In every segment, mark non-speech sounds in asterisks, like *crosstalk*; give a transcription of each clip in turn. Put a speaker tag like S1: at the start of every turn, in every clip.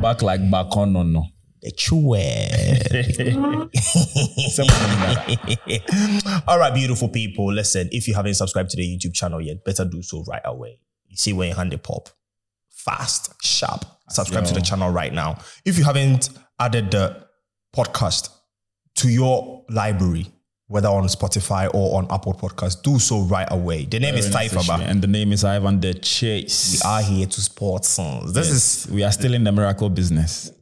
S1: back like Bakonono.
S2: The true word. *laughs* All right, beautiful people. Listen, if you haven't subscribed to the YouTube channel yet, better do so right away. You see when you hand it pop. Fast, sharp. Subscribe to the channel right now. If you haven't added the podcast to your library, whether on Spotify or on Apple Podcasts, do so right away. The name is Taifaba.
S1: And the name is Ivan the Chase.
S2: We are here to support sons. This is
S1: We are still in the miracle business.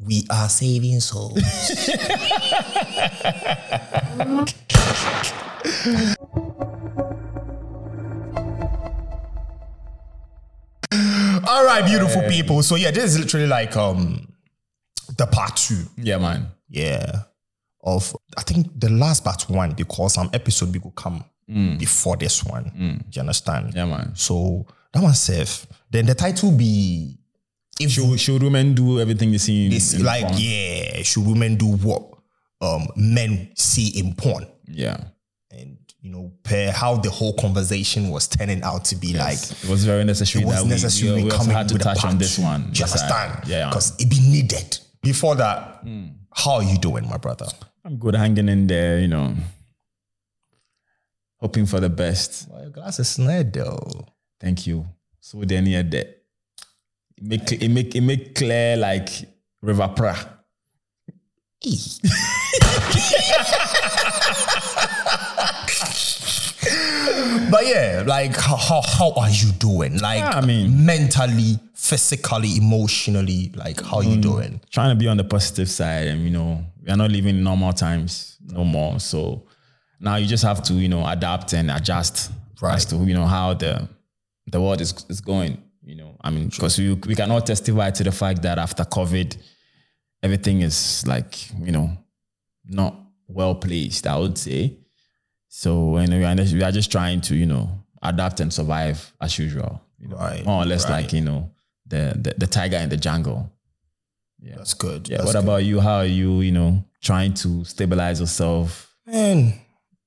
S2: we are saving souls. All right, beautiful people. So yeah, this is literally like um the part two,
S1: Yeah, man.
S2: yeah, of I think the last part one because some episode we could come before this one. Do you understand?
S1: Yeah, man.
S2: So that one safe. Then the title be if you
S1: Should women do everything you see in,
S2: it's
S1: in
S2: like,
S1: porn?
S2: yeah, should women do what um, men see in porn?
S1: yeah.
S2: And, you know, per how the whole conversation was turning out to be like,
S1: It was very necessary
S2: it was
S1: that we-
S2: necessary
S1: we,
S2: we,
S1: we also
S2: coming
S1: had to
S2: with a
S1: touch
S2: part
S1: on this
S2: two.
S1: one.
S2: Do you
S1: Yes, I-
S2: understand?
S1: Yeah. Hmm.
S2: Because it be needed. Before that, how are you doing, my brother?
S1: I'm good hanging in there, you know. Hoping for the best.
S2: Well, your glass is snared, though.
S1: Thank you. So then yeah, that it make it make it make clear like River Pra.
S2: *laughs* But yeah, like how, how how are you doing? Like
S1: Yeah, I mean-
S2: mentally, physically, emotionally, like how
S1: Mm.
S2: you doing?
S1: trying to be on the positive side and you know we are not living in normal times no more so now you just have to you know adapt and adjust as
S2: Right.
S1: to you know how the the world is, is going you know i mean because we, we can all testify to the fact that after covid everything is like you know not well placed i would say so and we are, just- we are just trying to you know adapt and survive as usual you know,
S2: Right,
S1: more or less
S2: right.
S1: like you know the, the the tiger in the jungle
S2: That's good.
S1: yeah,
S2: That's
S1: what about you? How are you, you know, trying to stabilize yourself?
S2: Man,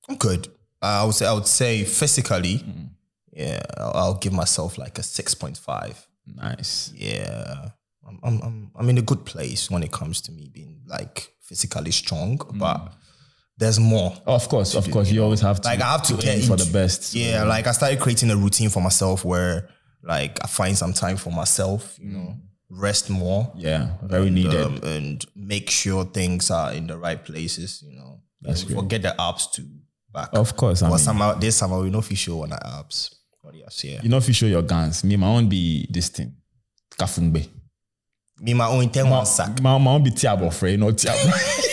S2: I'm good. I would say I would say physically,
S1: Mm.
S2: yeah, I'll, I'll give myself like a six point five.
S1: Nice.
S2: Yeah, I'm, I'm I'm I'm in a good place when it comes to me being like physically strong,
S1: Mm.
S2: but there's more.
S1: of course, of course. You always have to
S2: Like I have to
S1: aim
S2: get
S1: for
S2: into-
S1: the best.
S2: Yeah, like I started creating a routine for myself where like I find some time for myself, you know, rest more,
S1: Yeah. Very Mm. needed.
S2: um, and make sure things are in the right places. You know, That's forget the apps too. Back
S1: of course. I
S2: But
S1: mean,
S2: somehow this summer we know for sure on the apps. But yes, yeah.
S1: you know if you show your guns. Me, my own be this thing. Kafungbe.
S2: Me my own ten one sack.
S1: My, my own be tiabo free, not tiabo.
S2: *laughs*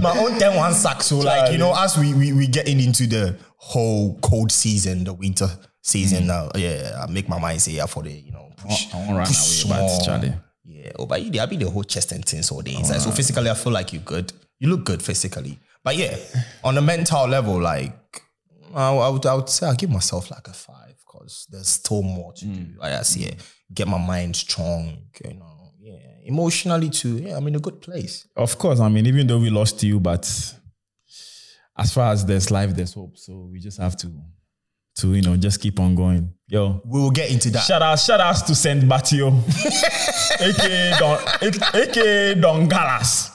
S2: My own ten one sack. So like you know, as we we we getting into the whole cold season, the winter season now. Yeah, I make my mind say yeah for the you know push.
S1: I won't Mm. run away, but
S2: more.
S1: Charlie.
S2: Yeah, oh, but you I be the whole chest and things all day inside. So physically, I feel like you're good. You look good physically, but yeah, on a mental level, like I, I would, I would say I give myself like a five because there's still more to
S1: Mm.
S2: do. I see yeah, get my mind strong, you know. Yeah, emotionally too. Yeah, I'm in a good place.
S1: Of course. I mean, even though we lost you, but as far as there's life, there's hope. So we just have to to, you know, just keep on going. Yo.
S2: We will get into that.
S1: Shout out, shout outs to Saint Batio, aka Don, aka Don Galas.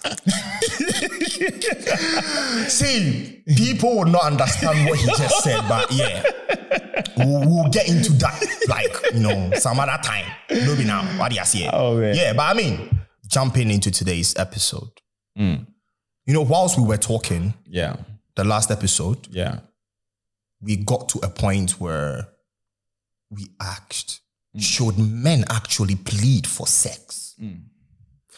S2: See, people will not understand what he just said, but yeah, we'll, we'll get into that like you know some other time. Maybe now, what do you say?
S1: Oh, man.
S2: yeah. But I mean, jumping into today's episode,
S1: Hmm.
S2: you know, whilst we were talking
S1: Yeah,
S2: the last episode,
S1: yeah.
S2: we got to a point where we asked,
S1: Hmm.
S2: should men actually plead for sex?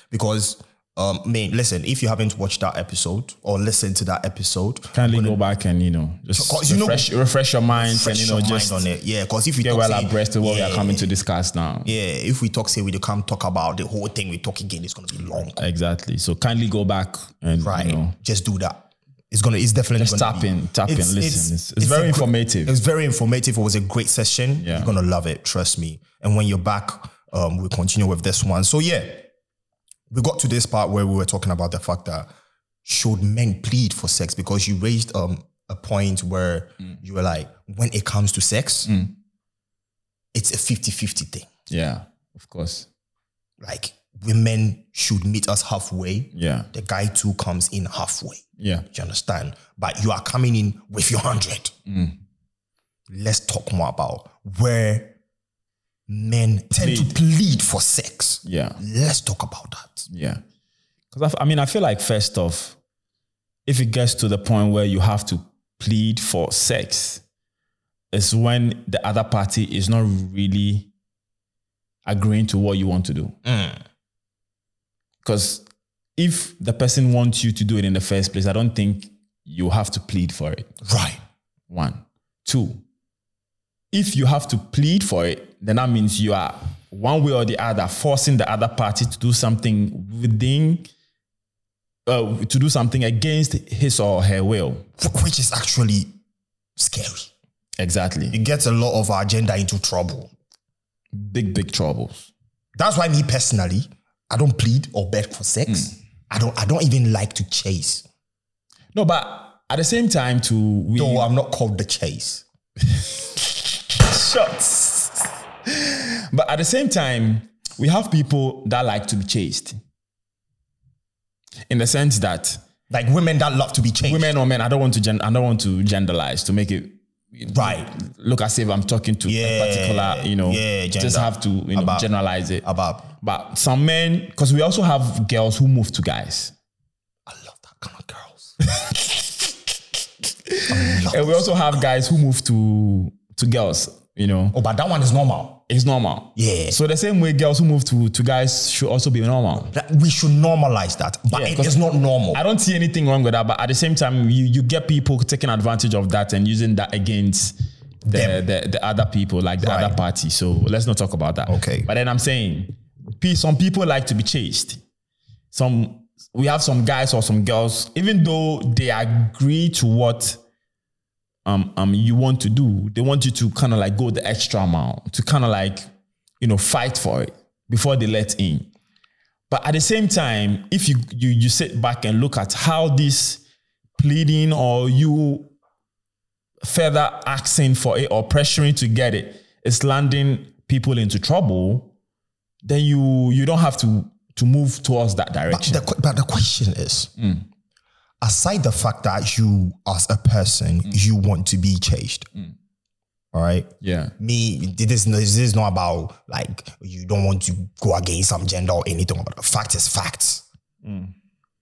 S2: Because. Um, I mean, listen, if you haven't watched that episode or listened to that episode,
S1: Kindly go back and you know just
S2: 'Cause you know-
S1: refresh, refresh your mind and
S2: fresh
S1: you know
S2: your
S1: just
S2: mind on it. Yeah, because if we
S1: get
S2: talk,
S1: well
S2: say-
S1: abreast of what we
S2: yeah,
S1: are coming to discuss now.
S2: yeah, if we talk say we come talk about the whole thing we talk again, it's gonna be long.
S1: Exactly. So kindly go back and
S2: Right,
S1: you know
S2: just do that. It's gonna. It's definitely
S1: just
S2: gonna
S1: tap
S2: be-
S1: in, tap in, listen. It's, it's, very
S2: a gr-
S1: informative.
S2: It's very informative. It was a great session.
S1: Yeah.
S2: You're gonna love it. Trust me. And when you're back, um, we'll continue with this one. So yeah, we got to this part where we were talking about the fact that should men plead for sex because you raised um a point
S1: Mm.
S2: where you were like, when it comes to sex, it's a 50-50 thing.
S1: Yeah, of course.
S2: Like women should meet us halfway.
S1: Yeah,
S2: The guy too comes in halfway.
S1: yeah,
S2: Do you understand? But you are coming in with your 100.
S1: Mm.
S2: Let's talk more about where men tend to
S1: Plead.
S2: plead for sex.
S1: yeah,
S2: Let's talk about that.
S1: yeah. Because I, mean, I feel like first off, if it gets to the point where you have to plead for sex, it's when the other party is not really agreeing to what you want to do. Because if the person wants you to do it in the first place, I don't think you have to plead for it.
S2: Right.
S1: One. Two. If you have to plead for it, then that means you are one way or the other forcing the other party to do something within, uh, to do something against his or her will.
S2: Wh- Which is actually scary.
S1: Exactly.
S2: It gets a lot of our agenda into trouble.
S1: Big, big troubles.
S2: That's why me personally, I don't plead or beg for sex.
S1: Mm.
S2: I don't I don't even like to chase.
S1: No, but at the same time, too, we.
S2: Though I'm not called the chase.
S1: *laughs* shots. But at the same time, we have people that like to be chased. In the sense that
S2: Like women that love to be chased.
S1: women or men, I don't want to gen- I don't want to generalize to make it
S2: Right.
S1: look as if I'm talking to
S2: Yeah,
S1: a particular, you know,
S2: yeah,
S1: just
S2: gender.
S1: have to you know,
S2: About-
S1: generalize it.
S2: About
S1: But some men, because we also have girls who move to guys.
S2: I love that kind of girls. *laughs*
S1: And we also have guys who move to to girls, you know.
S2: Oh, but that one is normal.
S1: It's normal.
S2: Yeah.
S1: So the same way girls who move to to guys should also be normal.
S2: That we should normalize that. But
S1: Yeah,
S2: it
S1: 'cause-
S2: is not normal.
S1: I don't see anything wrong with that, but at the same time, you, you get people taking advantage of that and using that against the,
S2: Them.
S1: the, the other people, like the
S2: Right.
S1: other party. So let's not talk about that.
S2: Okay.
S1: But then I'm saying, pe- some people like to be chased. Some we have some guys or some girls, even though they agree to what um um you want to do, they want you to kind of like go the extra mile to kind of like you know fight for it before they let in. But at the same time, if you you you sit back and look at how this pleading or you further asking for it or pressuring to get it is landing people into trouble, then you you don't have to to move towards that
S2: but,
S1: direction.
S2: the, que- but the question is aside the fact that you, as a person, you want to be chased, all right?
S1: yeah.
S2: Me, this, this is not about like you don't want to go against some gender or anything, but fact is facts. Mm.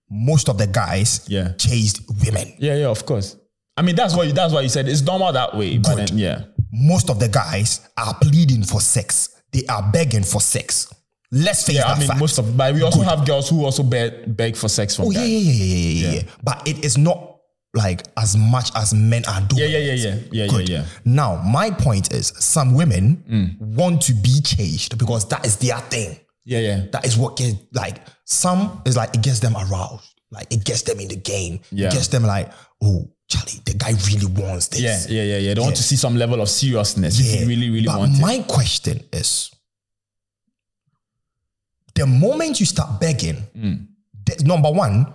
S2: Most of the guys
S1: Yeah.
S2: chased women.
S1: Yeah, yeah, of course. I mean that's what you that's what you said. It's normal that way. But
S2: Good.
S1: then, yeah.
S2: most of the guys are pleading for sex. They are begging for sex. Let's face
S1: Yeah,
S2: that
S1: I mean
S2: fact.
S1: most of but we also have girls who also beg, beg for sex from
S2: oh yeah,
S1: guys.
S2: yeah, yeah, yeah, yeah, yeah, yeah. But it is not like as much as men are doing.
S1: Yeah, yeah, yeah,
S2: it.
S1: yeah. Yeah, yeah,
S2: Good.
S1: yeah. Mm.
S2: Now, my point is, some women want to be chased because that is their thing.
S1: Yeah, yeah.
S2: That is what gets like some is like it gets them aroused. Like it gets them in the game.
S1: Yeah.
S2: It gets them like, oh, Charlie, the guy really wants this.
S1: Yeah, yeah, yeah, yeah. They want to see some level of seriousness. if you really, really
S2: but
S1: want it.
S2: My question is the moment you start begging,
S1: Mm.
S2: th- number one,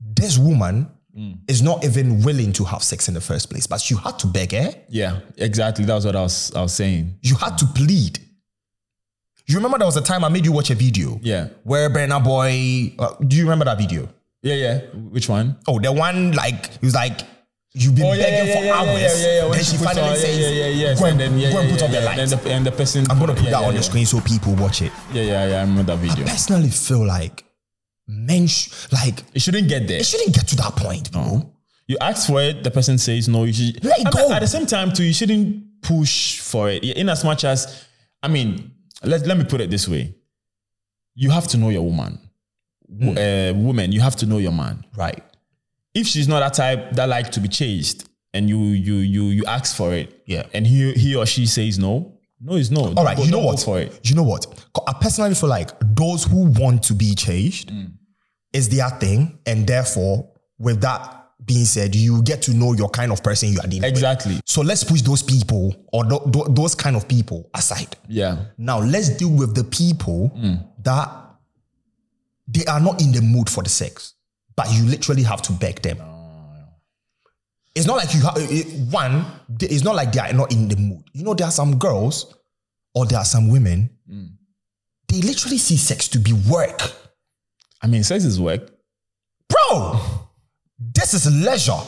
S2: this woman
S1: Mm.
S2: is not even willing to have sex in the first place, but you had to beg her,
S1: Yeah, exactly. That's what I was I was saying.
S2: you had to plead. You remember there was a time I made you watch a video
S1: Yeah.
S2: where Burna Boy, uh, do you remember that video?
S1: Yeah, yeah. Which one?
S2: Oh, the one like, he was like, You've
S1: Oh,
S2: been begging for hours.
S1: When
S2: Then she
S1: puts
S2: finally
S1: on-
S2: says,
S1: yeah, yeah, yeah, yes.
S2: Go and,
S1: then, yeah,
S2: go and
S1: yeah,
S2: put on
S1: yeah,
S2: the
S1: yeah.
S2: lights.
S1: And the, and the person.
S2: I'm going to put
S1: yeah,
S2: that
S1: yeah,
S2: on
S1: yeah.
S2: the screen so people watch it.
S1: Yeah, yeah, yeah. I remember that video.
S2: personally feel like men sh- like
S1: It shouldn't get there.
S2: it shouldn't get to that point, bro.
S1: You ask for it, the person says no. You should,
S2: Let it
S1: I mean,
S2: go.
S1: At the same time, too, you shouldn't push for it. In as much as, I mean, let, let me put it this way: you have to know your woman, W- uh, woman. You have to know your man.
S2: Right.
S1: if she's not that type that like to be chased and you you you you ask for it
S2: Yeah.
S1: and he he or she says no no is no
S2: All right. you know what?
S1: for it
S2: You know what? 'Cause I personally feel like those who want to be chased is their thing, and therefore, with that being said, you get to know your kind of person you are dealing with.
S1: exactly
S2: So let's push those people or tho- tho- those kind of people aside.
S1: yeah
S2: Now let's deal with the people
S1: Hmm.
S2: that they are not in the mood for the sex, but you literally have to beg them.
S1: Oh,
S2: It's not like you have one. they- It's not like they are not in the mood. You know, there are some girls or there are some women
S1: Hmm.
S2: They literally see sex to be work.
S1: I mean, sex is work.
S2: Bro, this is leisure.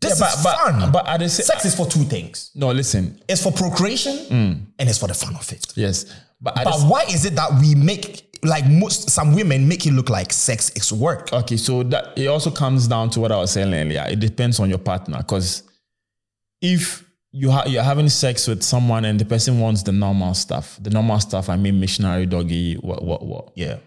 S2: This
S1: Yeah, but-
S2: is
S1: but-
S2: fun.
S1: but at the sa-
S2: sex is for two things.
S1: No, listen.
S2: It's for procreation
S1: Hmm.
S2: and it's for the fun of it.
S1: Yes, but, at the
S2: But
S1: s-
S2: why is it that we make like most some women make it look like sex is work?
S1: okay. So that it also comes down to what I was saying earlier. It depends on your partner because if you ha- you're having sex with someone and the person wants the normal stuff, the normal stuff. I mean, missionary doggy, what what what.
S2: Yeah,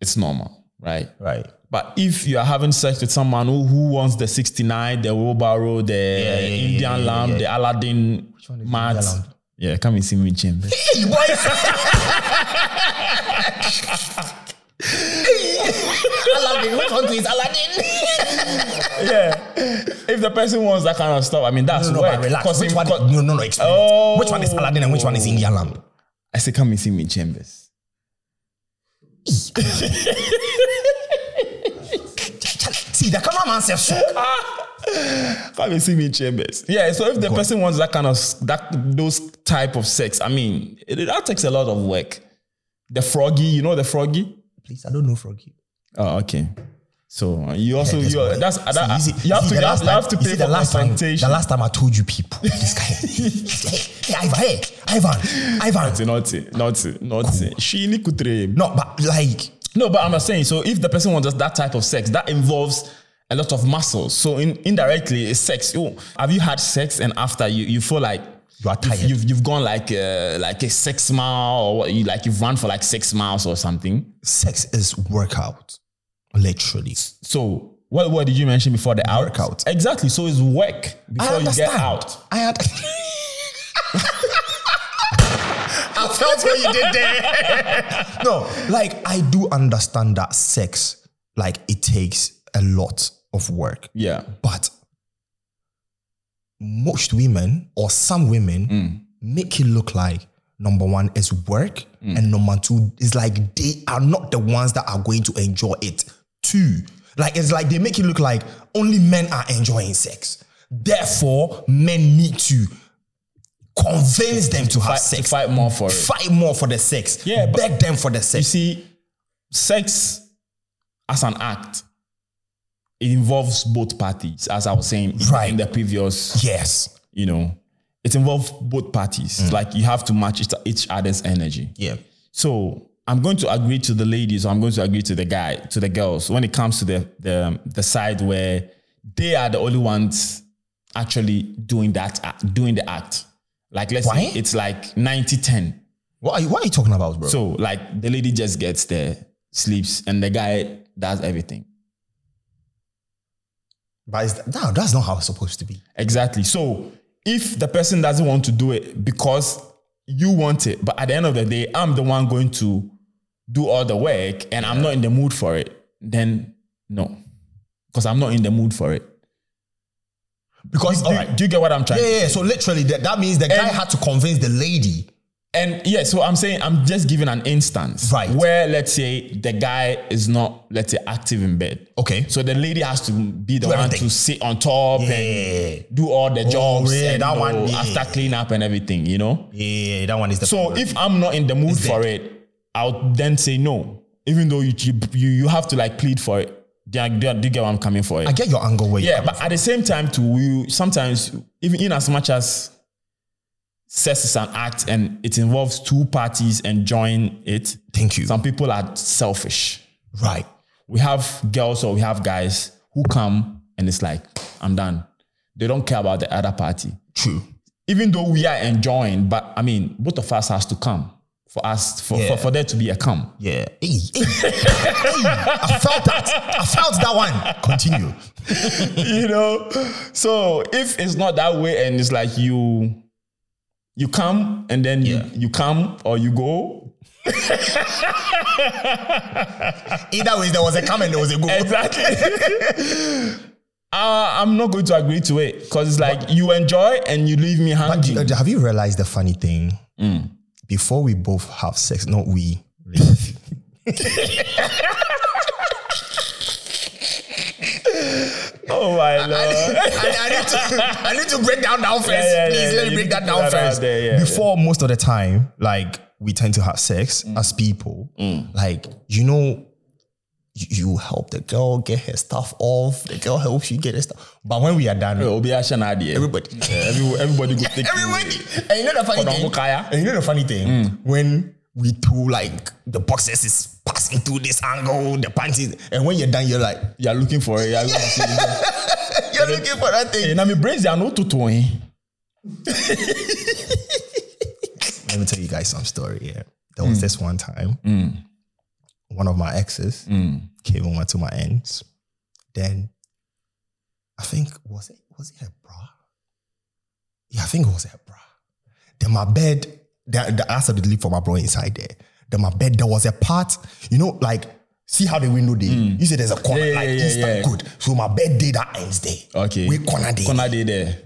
S1: It's normal, right?
S2: right.
S1: But if you are having sex with someone who, who wants the 69, the Wheelbarrow, the
S2: yeah, yeah,
S1: Indian
S2: yeah, yeah,
S1: Lamb,
S2: yeah.
S1: the Aladdin
S2: one is
S1: mat.
S2: Indian lamb?
S1: Yeah, come and see me in chamber.
S2: Hey, boy. *laughs* Aladdin, which one is Aladdin?
S1: yeah. If the person wants that kind of stuff, I mean, that's
S2: no, no,
S1: work.
S2: but relax.
S1: 'Cause
S2: Which
S1: in-
S2: one?
S1: co-
S2: No, no, no. Explain.
S1: Oh.
S2: it. Which one is Aladdin and which one is India lamp?
S1: I say, come and see me in chambers.
S2: See, the cameraman says so.
S1: Come and see me in chambers. Yeah. So if the person wants that kind of s- that those type of sex, I mean, it, that takes a lot of work. The froggy, you know the froggy.
S2: Please, I don't know froggy.
S1: Oh, okay. So uh, you also
S2: This
S1: you are-
S2: boy.
S1: that's uh, that,
S2: See,
S1: uh, you have
S2: see,
S1: to
S2: the
S1: you have,
S2: last
S1: you have to
S2: time- you
S1: pay
S2: see,
S1: for
S2: the last time. The
S1: consultation.
S2: last time I told you people, this guy. *laughs* hey, Ivan, hey, Ivan, Ivan.
S1: Naughty, naughty, naughty. She ni kutre.
S2: No, but like.
S1: No, but I'm not saying so. If the person wants that type of sex, that involves a lot of muscles. So in, indirectly, it's sex. You, have you had sex and after you you feel like
S2: You are tired.
S1: You've you've gone like uh, like a six mile or what, you like you've run for like six miles or something.
S2: sex is workout, literally.
S1: So what what did you mention before the out?
S2: Workout.
S1: Exactly. So it's work before you get out.
S2: I had. *laughs* I felt what you did there. no, like I do understand that sex, like it takes a lot of work,
S1: Yeah.
S2: but most women or some women
S1: Mm.
S2: make it look like number one is work
S1: Mm.
S2: and number two is like they are not the ones that are going to enjoy it too like it's like they make it look like only men are enjoying sex therefore men need to convince them to
S1: Fight,
S2: have
S1: to
S2: sex
S1: fight more for it.
S2: fight more for the sex
S1: Yeah, but-
S2: beg them for the
S1: You
S2: sex
S1: see, sex as an act it involves both parties, as I was saying in-
S2: Right.
S1: in the previous,
S2: yes
S1: you know, it involves both parties.
S2: Mm.
S1: Like you have to match each- each other's energy.
S2: yeah
S1: So I'm going to agree to the ladies, or I'm going to agree to the guy, to the girls, when it comes to the the, the side where they are the only ones actually doing that act- doing the act. Like let's
S2: Why?
S1: say it's like 90-10.
S2: what are you, what are you talking about bro
S1: So like the lady just gets there, sleeps, and the guy does everything.
S2: but is that, no, that's not how it's supposed to be
S1: Exactly. So if the person doesn't want to do it because you want it, but at the end of the day, I'm the one going to do all the work and I'm not in the mood for it, then no. Because I'm not in the mood for it.
S2: because
S1: Do,
S2: all
S1: do-
S2: right
S1: do you get what I'm trying?
S2: Yeah, yeah. So literally, that, that means the guy had to convince the lady.
S1: And yeah, so I'm saying I'm just giving an instance
S2: Right.
S1: where let's say the guy is not, let's say, active in bed.
S2: Okay.
S1: So the lady has to be the
S2: Do
S1: one
S2: everything.
S1: to sit on top and
S2: Yeah,
S1: do all the jobs
S2: yeah,
S1: and
S2: that
S1: you
S2: one,
S1: know,
S2: yeah.
S1: after clean up and everything, you know?
S2: yeah. That one is the.
S1: So if I'm not in the mood for it, I'll then say no. Even though you you, you have to like plead for it. Do you, do you- do you get what I'm coming for? It?
S2: I get your angle where
S1: yeah,
S2: you.
S1: but at the same time too, you sometimes even in as much as sex is an act and it involves two parties enjoying it,
S2: Thank you.
S1: some people are selfish.
S2: Right.
S1: We have girls or we have guys who come and it's like, I'm done. They don't care about the other party
S2: True.
S1: even though we are enjoying, but I mean, both of us has to come for us for,
S2: Yeah.
S1: for, for there to be a come. *laughs*
S2: Yeah. Hey, hey, *laughs* hey, I felt that. I felt that one. Continue.
S1: you know, so if it's not that way, and it's like you you come and then
S2: Yeah.
S1: you, you come or you go *laughs*
S2: Either way, there was a come and there was a go.
S1: exactly. Uh, I'm not going to agree to it because it's like you enjoy and you leave me hungry.
S2: Uh, Have you realized the funny thing?
S1: Mm.
S2: Before we both have sex, not we.
S1: oh my lord!
S2: *laughs* I, I need to I need to break that down first.
S1: yeah, yeah,
S2: Please
S1: yeah,
S2: let me
S1: you
S2: break
S1: need
S2: that
S1: to
S2: down
S1: put that out
S2: first.
S1: there, yeah,
S2: Before most of the time, like we tend to have sex as people, like you know, you, you help the girl get her stuff off. The girl helps you get her stuff. But when we are done,
S1: It'll be action idea.
S2: everybody,
S1: Every, everybody go take
S2: *laughs* everybody, and you know the funny
S1: Kodomo
S2: thing.
S1: Kaya.
S2: And you know the funny thing when we two like the boxes is passing through this angle, the panties, and when you're done, you're like
S1: You're looking for it. You're looking for
S2: *laughs*
S1: it.
S2: you're looking for that thing.
S1: And I'm embracing. I know to to.
S2: Let me tell you guys some story. Yeah, there
S1: Mm.
S2: was this one time, one of my exes
S1: Mm.
S2: came over to my ends. Then, I think was it was it her bra? Yeah, I think it was her bra. Then my bed, the, the answer to leave for my bra inside there. Then my bed, there was a part, you know, like see how the window did. You say there's a corner,
S1: Mm. Yeah, yeah,
S2: like
S1: yeah,
S2: Eastern
S1: yeah.
S2: good. So my bed day that ends there.
S1: Okay.
S2: we corner day,
S1: Corner day there.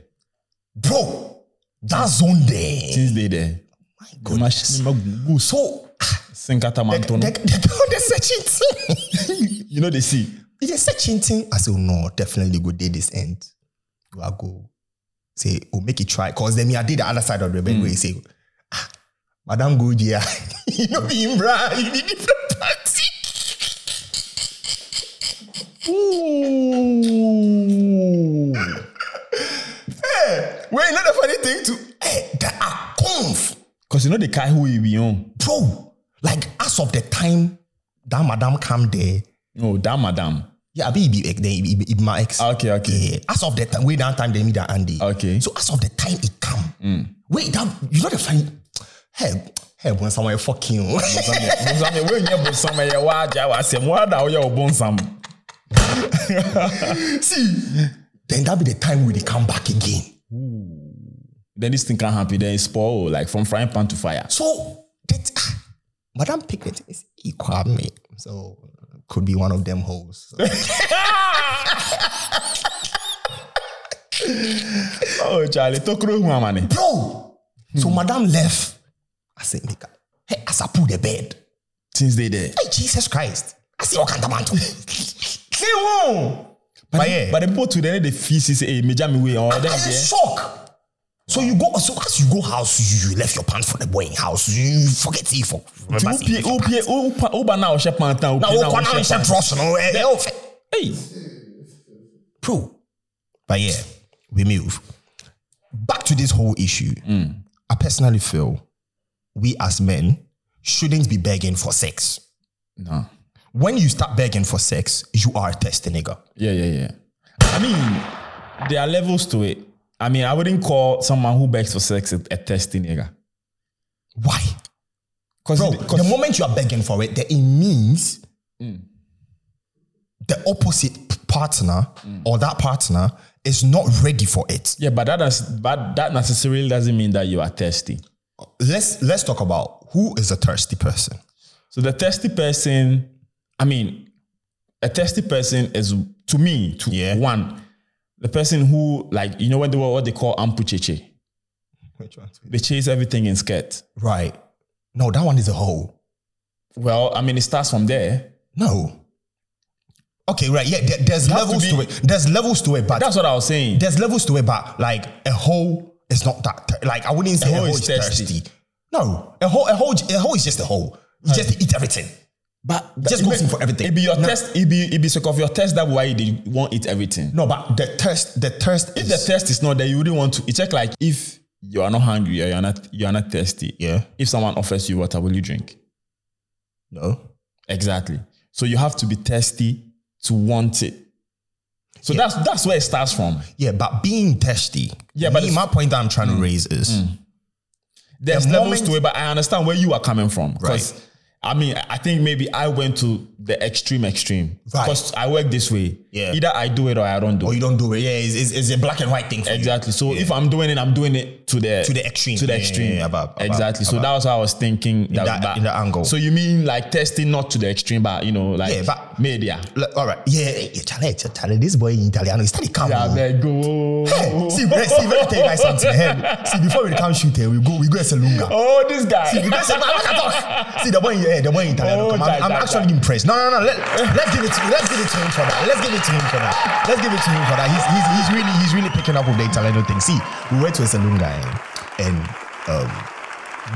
S2: bro. That zone there.
S1: Since day there.
S2: My
S1: The
S2: God.
S1: machine no goose.
S2: So
S1: Sin kata manto no.
S2: they, *laughs* they, they're *laughs* searching thing.
S1: You know they see.
S2: they're searching thing. I said, oh, no, definitely go did this end. You are go say, oh, make it try. Cause then me, I did the other side of the bed where you say, ah, Madame Good, yeah. *laughs* you know, being bra, you need different party. *laughs*
S1: Ooh.
S2: Wait, you know the funny thing too? Hey, there are conf,
S1: Cause you know the guy who he be on.
S2: bro. Like as of the time that Madame come there,
S1: No, that Oh, madam.
S2: yeah, I be, be, then it be, it be my ex.
S1: Okay, okay.
S2: Yeah. As of the time, way down time they meet that Andy.
S1: Okay.
S2: So as of the time it come, wait, that you know the funny. Hey, hey, when someone fucking oh. you.
S1: Bonsam, we nye bonsam ye wa ja wa sem wa da ye bonsam.
S2: *laughs* see, then that be the time we they come back again.
S1: Then this thing can happen. Then it's spoil like from frying pan to fire.
S2: So that ah, Madame Pickett is equal me. So could be one of them hoes.
S1: Oh Charlie, tokro hu amane.
S2: Bro. So Madame left. I said, Mika, hey, as I pull the bed.
S1: Since they there.
S2: Hey, Jesus Christ. I "Oh, see Okantamanto. See who? But, yeah.
S1: But the people today they feel say hey, major me way oh, or them
S2: I
S1: there.
S2: shock. So you go, so as you go house, you, you left your pants for the boy in house. You forget it for.
S1: Ti wo pie wo pie wo pa wo ba na wo hyɛ pan tan wo
S2: Now
S1: pie
S2: you
S1: na wo
S2: come now
S1: hyɛ
S2: and say
S1: pan.
S2: professional. eh, eh, okay.
S1: Hey,
S2: Pro. But yeah, we move. Back to this whole issue. I personally feel we as men shouldn't be begging for sex.
S1: no,
S2: When you start begging for sex, you are a thirsty nigga.
S1: yeah, yeah, yeah. I mean, there are levels to it. I mean, I wouldn't call someone who begs for sex a, a thirsty nigga.
S2: Why?
S1: Cause,
S2: Bro,
S1: it- 'cause-
S2: the moment you are begging for it, then it means the opposite p- partner or that partner is not ready for it.
S1: yeah, but that does, but that necessarily doesn't mean that you are thirsty.
S2: Let's let's talk about who is a thirsty person.
S1: So the thirsty person, I mean, a thirsty person is to me, to
S2: Yeah.
S1: one, the person who like you know what they what they call ampucheche.
S2: Which one?
S1: They chase everything in skirt.
S2: Right. No, that one is a hoe.
S1: Well, I mean, it starts from there.
S2: No. Okay, right. Yeah, there- there's
S1: have to
S2: levels to,
S1: be-
S2: it. There's levels to it, but
S1: That's what I was saying.
S2: there's levels to it, but like a hoe is not that. thir- like I wouldn't say a
S1: hoe
S2: hoe,
S1: is
S2: is thirsty.
S1: thirsty.
S2: No, a hoe, a hoe, a hoe is just a hoe. You just eat everything.
S1: But
S2: Just goes in for everything.
S1: It be your
S2: No.
S1: test. It be it be sake of your test that why they won't eat everything.
S2: No, but the thirst, the thirst
S1: If
S2: is
S1: the test is not there, you wouldn't want to. It's just like if you are not hungry or you are not you are not thirsty.
S2: Yeah.
S1: If someone offers you water, will you drink?
S2: no.
S1: Exactly. So you have to be thirsty to want it. So that's that's where it starts from.
S2: Yeah, but being thirsty.
S1: Yeah, but
S2: me,
S1: it's- Mm.
S2: my point that I'm trying to raise is
S1: There's
S2: The
S1: levels
S2: moment-
S1: to it, but I understand where you are coming from. 'Cause, I mean, I think maybe I went to the extreme extreme.
S2: Right.
S1: Because I work this way.
S2: Yeah.
S1: Either I do it or I don't do it.
S2: or you don't do it. Yeah, it's, it's, it's a black and white thing. For you.
S1: Exactly. So if I'm doing it, I'm doing it to the
S2: To the extreme.
S1: To the
S2: Yeah, yeah,
S1: extreme.
S2: yeah, about- about-
S1: exactly. so that was how I was thinking. In
S2: that- in that angle.
S1: So you mean like testing not to the extreme, but you know, like
S2: Yeah, but-
S1: media.
S2: Like, all right. Yeah, yeah, yeah, Charlie, Charlie, this boy in Italiano, he started coming.
S1: Yeah, oh. there go.
S2: Hey, see, let, see, let me tell you guys something. Hey, see, before we come shoot here, we go, we go as a lunga.
S1: Oh, this guy.
S2: See, because see, man, I can talk. See, the boy, in- eh, the boy in Italiano.
S1: Oh,
S2: come,
S1: die,
S2: I'm, I'm
S1: die,
S2: actually impressed. No, no, no. Let, let's give it. To, let's give it to him for that. Let's give it to him for that. Let's give it to him for that. He's, he's, he's really he's really picking up with the Italiano eh, thing. See, we went to a saloon guy, and um,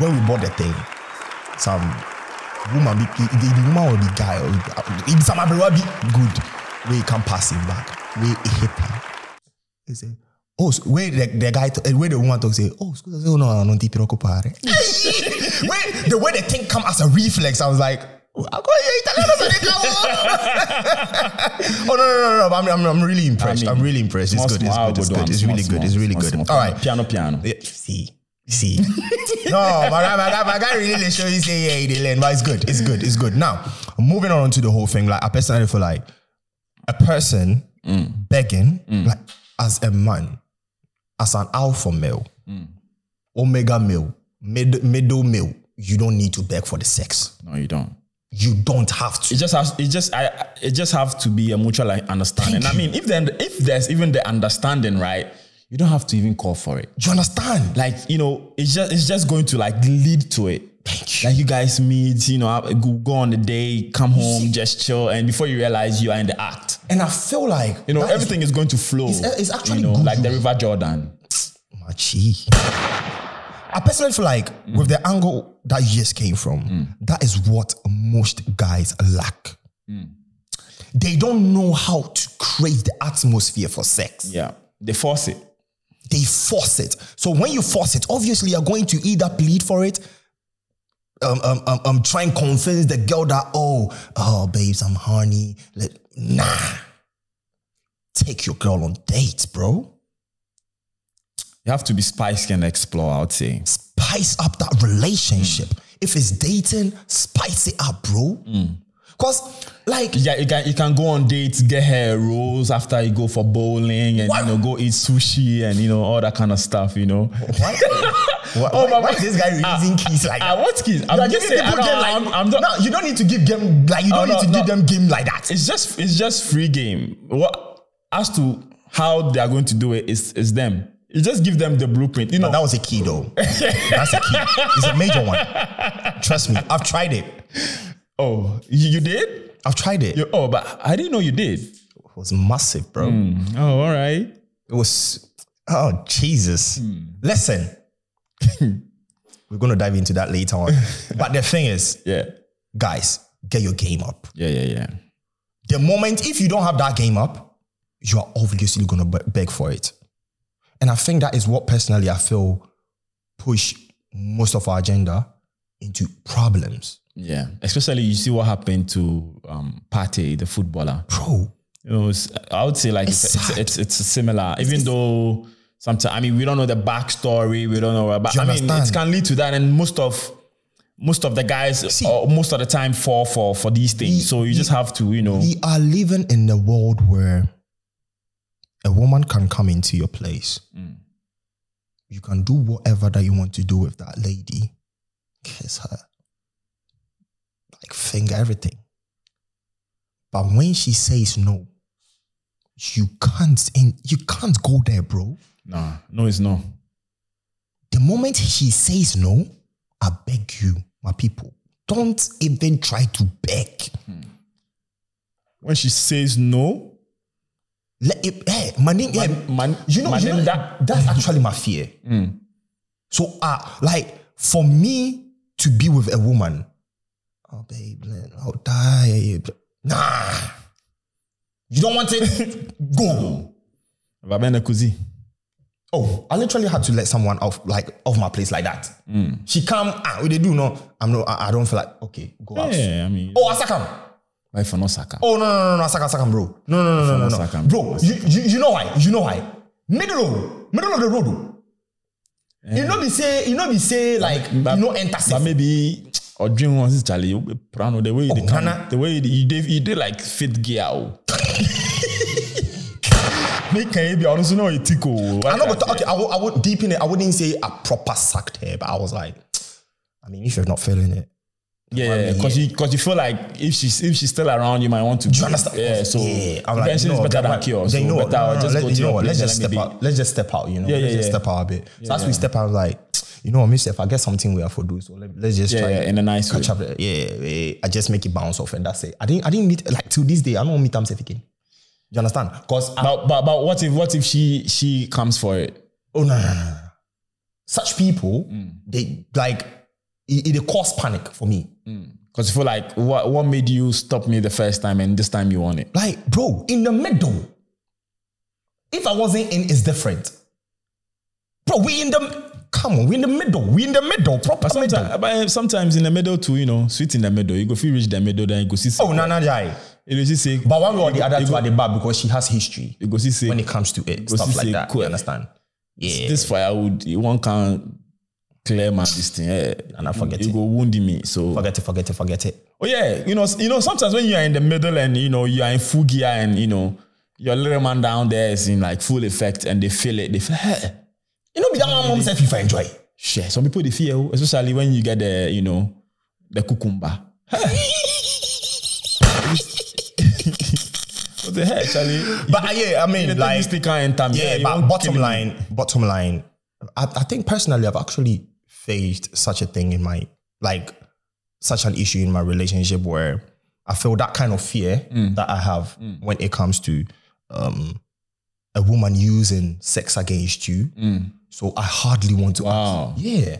S2: when we bought the thing, some woman, the, the, the woman or the guy, or the, some abrewa be good. We can pass him back. We hit him. He said, Oh, so where the, the guy, t- where the woman talks, say, oh, scusa, se uno non ti *laughs* preoccupare. Wait, the way the thing come as a reflex, I was like, "Ah, go ahead, Italiano, so they *laughs* come." oh no, no, no, no, no! I'm, I'm, I'm really impressed. I
S1: mean,
S2: am really impressed. It's
S1: small,
S2: good. It's
S1: small,
S2: good. It's
S1: good
S2: good.
S1: one.
S2: It's
S1: Small,
S2: really good. It's
S1: small,
S2: really
S1: small,
S2: good.
S1: small.
S2: All right.
S1: Piano, piano.
S2: Yeah, see, see. no, my guy, my guy, my guy really they show you say yeah, he did learn, but it's good, it's good, it's good. Now, moving on to the whole thing, like I personally feel like a person
S1: Mm.
S2: begging, like as a man, as an alpha male,
S1: Mm.
S2: omega male, mid, middle male, you don't need to beg for the sex.
S1: No, you don't.
S2: You don't have to.
S1: It just has. It just. I. I- It just have to be a mutual like, understanding.
S2: Thank
S1: I mean, if then if there's even the understanding, right? You don't have to even call for it.
S2: Do you understand?
S1: Like you know, it's just it's just going to like lead to it.
S2: Thank you.
S1: Like you guys meet, you know, have- go, go on the day, come home, just chill, and before you realize you are in the act,
S2: And I feel like
S1: you know,
S2: that is
S1: everything is, going to flow.
S2: it's- it's actually
S1: you know,
S2: good.
S1: like the River Jordan.
S2: Machi. I personally feel like with the angle that you just came from, that is what most guys lack. They don't know how to create the atmosphere for sex.
S1: Yeah, they force it.
S2: They force it. So when you force it, obviously you're going to either plead for it, um, um, um, um try and convince the girl that, oh, oh, babes, I'm horny. Let, nah. Take your girl on dates, bro.
S1: You have to be spicy and explore. I would say.
S2: spice up that relationship.
S1: Mm.
S2: If it's dating, spice it up, bro. Cause
S1: *laughs*
S2: like
S1: Yeah, you can you can go on dates, get hair rolls after you go for bowling, and you
S2: What?
S1: know go eat sushi and you know all that kind of stuff. You
S2: *laughs*
S1: know.
S2: why, why,
S1: Oh,
S2: why,
S1: my-
S2: why is this guy releasing keys like
S1: Ah,
S2: that?
S1: what kids? I'm
S2: You are
S1: just
S2: giving
S1: saying.
S2: people
S1: I know,
S2: game like
S1: I'm, I'm not,
S2: no, you don't need to give game like you
S1: Oh,
S2: don't
S1: no,
S2: need to give
S1: no.
S2: them game like that.
S1: It's just it's just free game. What as to how they are going to do it is is them. You just give them the blueprint. You know.
S2: But that was a key though. That's a key. It's a major one. Trust me, I've tried it.
S1: oh, you, you did.
S2: I've tried it.
S1: You, oh, but I didn't know you did.
S2: It was massive, bro.
S1: Oh, all *laughs* right.
S2: It was oh Jesus.
S1: Mm.
S2: Listen. We're gonna dive into that
S1: *laughs*
S2: later on. but the thing is,
S1: Yeah.
S2: guys, get your game up.
S1: Yeah. Yeah. Yeah.
S2: The moment if you don't have that game up, you are obviously going to beg for it. And I think that is what personally I feel push most of our agenda into problems.
S1: Yeah. Especially you see what happened to um Pate, the footballer.
S2: Bro,
S1: It was, I would say like it's it's,
S2: sad.
S1: it's, it's similar, even though sometimes I mean we don't know the backstory, we don't know, but
S2: You
S1: I mean it
S2: understand?
S1: can lead to that, and most of most of the guys or most of the time fall for for these things. so you just have to you know
S2: we are living in a world where a woman can come into your place. You can do whatever that you want to do with that lady. Kiss her. Like finger everything. But when she says no, you can't in, you can't go there, bro.
S1: no no it's no
S2: The moment she says no, I beg you, my people, don't even try to beg.
S1: when she says no
S2: Let it, hey, my name, yeah,
S1: man
S2: you know,
S1: man,
S2: you know
S1: that Mm.
S2: that's actually my fear. So, uh, like for me to be with a woman, oh babe, let- I'll die. Nah, you don't want it. *laughs* Go.
S1: Vabene Kuzi.
S2: Oh, I literally had to let someone off, like off my place like that.
S1: Mm.
S2: She come, ah, what they do? No, I'm no, I, I don't feel like okay, go out.
S1: yeah I mean
S2: Oh, Asakam.
S1: why for no saka
S2: Oh no no no no Saka Saka bro. No no no no no, no.
S1: Sakam.
S2: bro. You, you you know why? You know why? Middle road, middle of the road. oh. You know be say you know be say like you
S1: Eh. but-
S2: know enter
S1: but
S2: safe.
S1: maybe or dream once Charlie you be proud of the way
S2: Oh,
S1: they come
S2: Ghana.
S1: the way they- you did you did like fit gear
S2: *laughs*
S1: oh. make can be I also know it tickle
S2: I know, but okay, I would I would deepen it. I wouldn't say a proper sacked here, but I was like, I mean, if you're not feeling it,
S1: yeah because you because you feel like if she's if she's still around you might want to do
S2: you understand?
S1: yeah so
S2: yeah, I'm like,
S1: prevention
S2: no,
S1: is better
S2: grandma,
S1: than cure
S2: They
S1: so
S2: know,
S1: better
S2: no, no,
S1: just
S2: let,
S1: go
S2: you
S1: to
S2: know
S1: your
S2: what? Let's
S1: place and
S2: just
S1: let
S2: step
S1: me be.
S2: out. Let's just step out. You know,
S1: Yeah,
S2: let's
S1: yeah,
S2: just
S1: yeah.
S2: step out a bit. So as we step out, I was like, you know, what, miss, if I get something we have for do, so let, let's just
S1: yeah
S2: try
S1: yeah in a nice way
S2: catch up. Yeah, yeah, yeah. I just make it bounce off, and that's it. I didn't, I didn't meet like till this day. I don't meet Tamsef again. You understand? Because
S1: but, but but what if what if she she comes for it Mm.
S2: oh no, no, no, no. such people they like it, it caused panic for me.
S1: Because you feel like what what made you stop me the first time and this time you want it?
S2: Like, bro, in the middle. If I wasn't in, it's different. Bro, we in the come on, we in the middle. We in the middle, proper middle.
S1: Sometimes, but eh, sometimes in the middle too, you know, sweet in the middle. You go feel reach the middle, then you go see.
S2: Oh, no, no, yeah.
S1: you go see say,
S2: But one way or the other, two are the bad because she has history
S1: you go see say
S2: when it comes to it,
S1: Because
S2: stuff
S1: it's
S2: like
S1: a
S2: that.
S1: queer.
S2: You understand? Yeah.
S1: this firewood. One can clear my this thing, yeah.
S2: And I forget
S1: You
S2: it.
S1: go wounding me, so
S2: Forget it, forget it, forget it.
S1: Oh yeah, you know, you know. Sometimes when you are in the middle and you know you are in full gear and you know your little man down there is in like full effect and they feel it. They feel hey.
S2: You know, be that one mom said if I enjoy.
S1: shit. Some people they feel especially when you get the you know the cucumber. *laughs* what the heck, Charlie?
S2: But uh, yeah, I mean,
S1: Like,
S2: like
S1: this thing can't enter me.
S2: yeah,
S1: You
S2: but
S1: won't
S2: bottom
S1: kill me.
S2: line, bottom line, I, I think personally, I've actually faced such a thing in my like such an issue in my relationship where I feel that kind of fear that I have when it comes to um, a woman using sex against you. So I hardly want to.
S1: Wow.
S2: Yeah,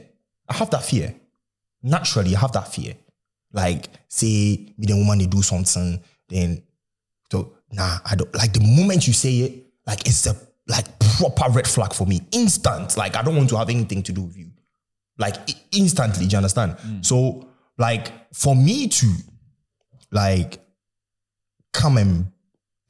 S2: I have that fear. Naturally, I have that fear. Like, say, me the woman, they do something, then so nah, I don't like the moment you say it, like it's a like proper red flag for me. Instant. Like I don't want to have anything to do with you. Like i- instantly, do you understand? So like for me to like come and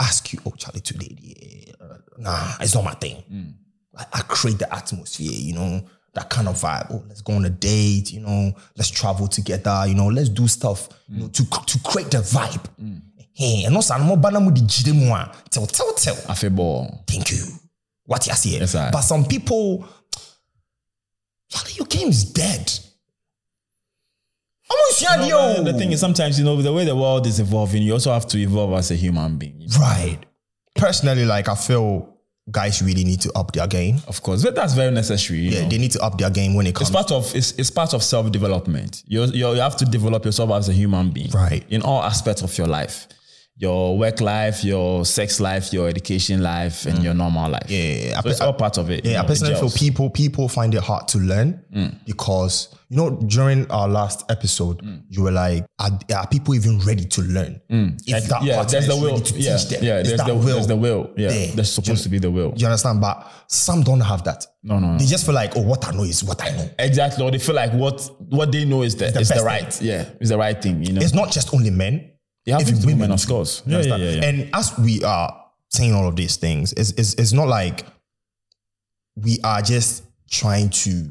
S2: ask you, oh Charlie, today, yeah, uh, nah, it's not my thing. Like I create the atmosphere, you know, that kind of vibe. Oh, let's go on a date, you know, let's travel together, you know, let's do stuff, you know, to to create the vibe. Hey, and also, I'm banner mu di jide mu a, tell tell tell.
S1: I feel ball.
S2: Thank you. What you see?
S1: Yes, I-
S2: But some people, Charlie, your game is dead. Almost yeah, yo.
S1: The thing is, sometimes you know the way the world is evolving, you also have to evolve as a human being. you know.
S2: right? Personally, like I feel guys really need to up their game.
S1: Of course, but that's very necessary. You
S2: Yeah,
S1: know?
S2: they need to up their game when it comes.
S1: it's part of it's, it's part of self development. You you you have to develop yourself as a human being,
S2: Right.
S1: In all aspects of your life, your work life, your sex life, your education life, and your normal life.
S2: Mm. yeah, eh, I
S1: so it's all part of it. you
S2: Yeah, I
S1: know,
S2: personally
S1: it
S2: feel
S1: gels.
S2: people people find it hard to learn
S1: Mm.
S2: because you know during our last episode you were like, are, are people even ready to learn? If that
S1: Mm. yeah, there's
S2: partner
S1: the
S2: is
S1: will.
S2: ready to
S1: Yeah,
S2: teach them,
S1: yeah,
S2: is
S1: there's
S2: that
S1: the
S2: will?
S1: There's the will. Yeah,
S2: there?
S1: there's supposed to be the will.
S2: Do you understand? But some don't have that.
S1: No, no, no.
S2: They just feel like, oh, what I know is what I know.
S1: Exactly, or they feel like what what they know is the, is
S2: best
S1: the
S2: thing.
S1: right. Yeah, is the right thing. You know,
S2: It's not just only men.
S1: they have
S2: even
S1: to be
S2: women
S1: men of
S2: too.
S1: course.
S2: You
S1: Yeah, yeah,
S2: understand?
S1: yeah, yeah.
S2: And as we are saying all of these things, it's, it's, it's not like we are just trying to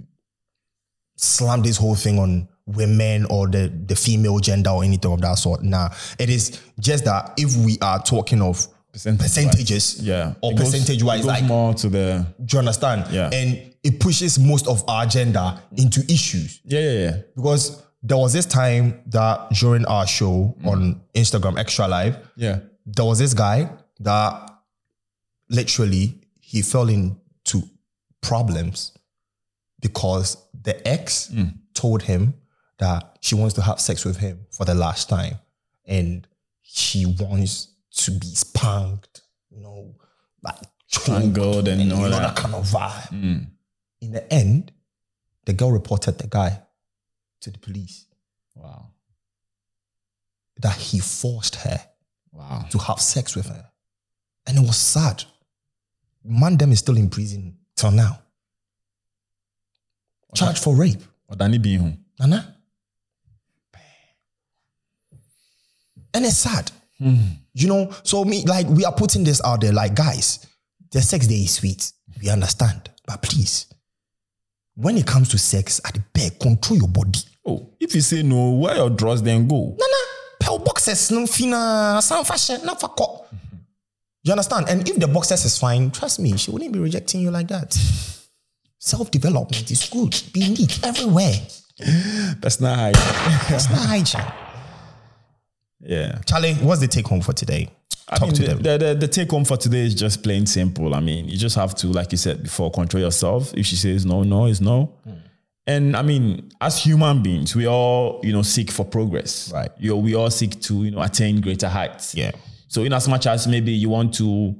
S2: slam this whole thing on women or the, the female gender or anything of that sort. Nah, it is just that if we are talking of
S1: Percentage-wise.
S2: percentages
S1: yeah.
S2: or
S1: It goes-
S2: percentage
S1: it
S2: wise,
S1: goes
S2: like,
S1: more to the
S2: do you understand?
S1: Yeah.
S2: And it pushes most of our gender into issues
S1: yeah, yeah, yeah.
S2: because there was this time that during our show
S1: Mm.
S2: on Instagram Extra Live,
S1: Yeah.
S2: there was this guy that literally he fell into problems because the ex
S1: Mm.
S2: told him that she wants to have sex with him for the last time and she wants to be spanked, you know, like choked
S1: Strangled and all
S2: you know,
S1: that.
S2: that kind of vibe.
S1: Mm.
S2: In the end, the girl reported the guy to the police
S1: Wow.
S2: that he forced her
S1: Wow.
S2: to have sex with her. And it was sad. Man them is still in prison till now. Charged for rape.
S1: Ọ̀dàní bí ihun.
S2: Nana. And it's sad. You know, so me, like, we are putting this out there, like, guys, the sex day is sweet. We understand. But please, when it comes to sex, I beg, control your body.
S1: Oh, if you say no, wear your drawers then go.
S2: Nana, pearl boxes, no fina, some fashion, no fuck up. You understand? And if the boxes is fine, trust me, she wouldn't be rejecting you like that. Self development is good. Be neat everywhere.
S1: Personal hygiene.
S2: That's not hygiene.
S1: Yeah.
S2: Charlie, what's the take home for today? Talk
S1: I mean,
S2: to
S1: the,
S2: them.
S1: The, the, the take home for today is just plain simple. I mean, you just have to, like you said before, control yourself. If she says no, no is no.
S2: Hmm.
S1: And I mean, as human beings, we all, you know, seek for progress.
S2: Right.
S1: You know, we all seek to, you know, attain greater heights.
S2: yeah.
S1: So in as much as maybe you want to,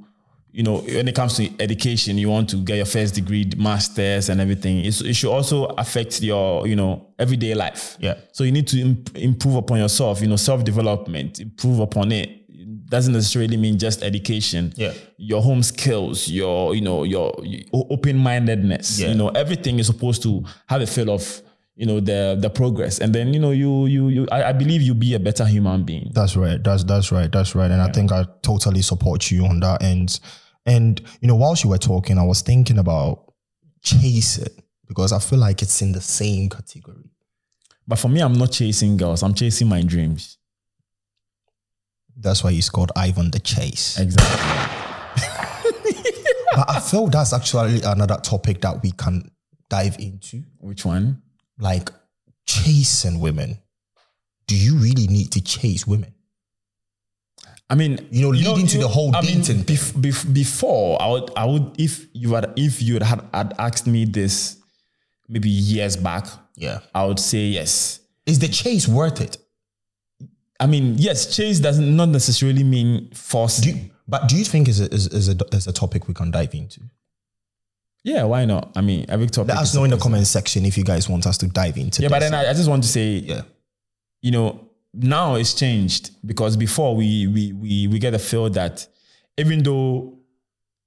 S1: you know, when it comes to education, you want to get your first degree, masters, and everything. It's, it should also affect your, you know, everyday life.
S3: Yeah.
S1: So you need to imp- improve upon yourself. You know, self development, improve upon it. Doesn't necessarily mean just education.
S3: Yeah.
S1: Your home skills, your, you know, your open mindedness.
S3: Yeah.
S1: You know, everything is supposed to have a feel of, you know, the the progress, and then you know, you you you. I, I believe you'll be a better human being.
S2: That's right. That's that's right. That's right. And I think I totally support you on that end. And you know, whilst you were talking, I was thinking about chase it because I feel like it's in the same category.
S1: But for me, I'm not chasing girls. I'm chasing my dreams.
S2: That's why he's called Ivan the Chase.
S1: Exactly.
S2: but I feel that's actually another topic that we can dive into,
S1: Which one?
S2: like chasing women. Do you really need to chase women?
S1: I mean,
S2: You know, leading to the whole
S1: I mean,
S2: dating
S1: bef- bef- before, I would, I would, if you had, if you had, had asked me this, maybe years back,
S2: Yeah.
S1: I would say yes.
S2: Is the chase worth it?
S1: I mean, yes, chase doesn't not necessarily mean force.
S2: Do you, but do you think is a, is, is a is a topic we can dive into?
S1: yeah, why not? I mean, every topic.
S2: Let us
S1: is-
S2: know in the comment section if you guys want us to dive into.
S1: Yeah, but
S2: this.
S1: then I, I just want to say,
S2: yeah,
S1: you know, now it's changed because before we we we we get a feel that even though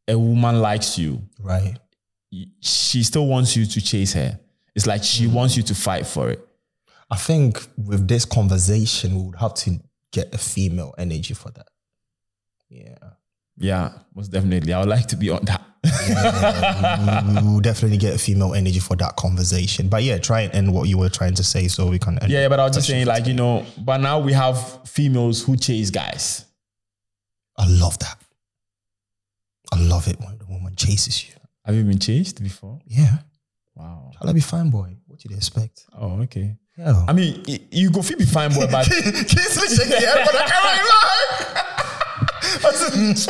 S1: a woman likes you,
S2: right.
S1: she still wants you to chase her. It's like she wants you to fight for it.
S2: I think with this conversation, we would have to get a female energy for that. Yeah,
S1: Yeah, most definitely. I would like to be on that.
S2: *laughs* we will definitely get a female energy for that conversation. But yeah, try and end what you were trying to say so we can. End
S1: yeah, but I was just saying, like, you know, but now we have females who chase guys.
S2: I love that. I love it when the woman chases you.
S1: Have you been chased before?
S2: Yeah,
S1: Wow.
S2: I'll be fine, boy. What did you expect?
S1: Oh, okay.
S2: Yeah. *laughs*
S1: I mean, y- you go feel be fine, boy, but if *laughs* you, if you, if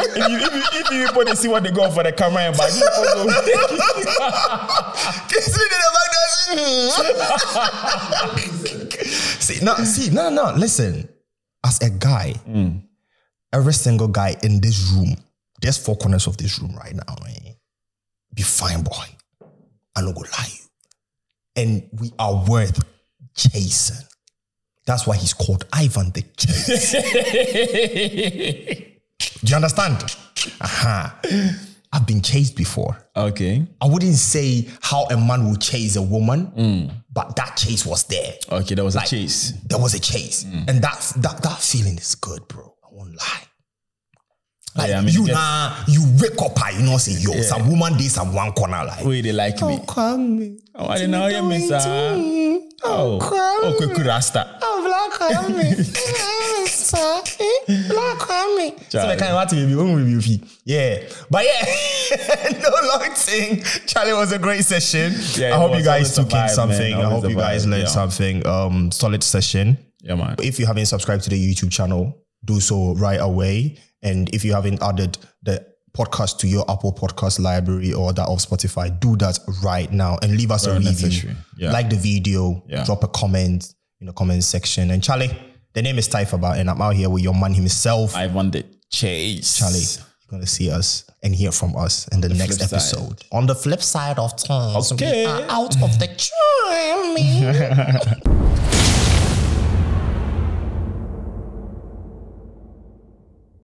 S1: you people they see what they go for the camera and back,
S2: *laughs* mm-hmm. *laughs* see, no, see, no, no, no. Listen, as a guy, every single guy in this room, there's four corners of this room right now. eh? Be fine, boy. I'm not gonna lie you. And we are worth chasing. That's why he's called Ivan the Chase. Do you understand? Aha. I've been chased before.
S1: okay,
S2: I wouldn't say how a man will chase a woman,
S1: Mm.
S2: but that chase was there.
S1: okay, that was a chase.
S2: There was a chase,
S1: Mm.
S2: and that that that feeling is good, bro. I won't lie. Like
S1: Yeah, I mean,
S2: you
S1: it gets-
S2: nah, you wake up and you know say, yo, some woman did some one corner like.
S1: Wait, they like me.
S2: Kwame,
S1: Oh, I didn't know you mean sir. Oh, oh, quick, quick, rasta.
S2: oh black Kwame, black Kwame. So
S1: Charlie.
S2: I can't what we when we be yeah, but yeah, *laughs* no long thing. Charlie it was a great session.
S1: Yeah, it
S2: I hope
S1: was.
S2: you
S1: Always
S2: guys took
S1: a vibe,
S2: in
S1: man.
S2: something. I
S1: Always
S2: hope
S1: a
S2: you guys
S1: vibe,
S2: learned
S1: yeah.
S2: something. Um, solid session.
S1: Yeah, man.
S2: If you haven't subscribed to the YouTube channel, do so right away. And if you haven't added the podcast to your Apple Podcast library or that of Spotify, do that right now and leave us a
S1: Very
S2: review.
S1: necessary. Yeah.
S2: Like the video,
S1: Yeah.
S2: drop a comment in the comment section. And Charlie, the name is Typhaba, and I'm out here with your man himself.
S1: I want the chase.
S2: Charlie, you're gonna see us and hear from us in the, next
S1: flip side.
S2: episode. On the flip side of time,
S1: Okay. *laughs*
S2: out of the time.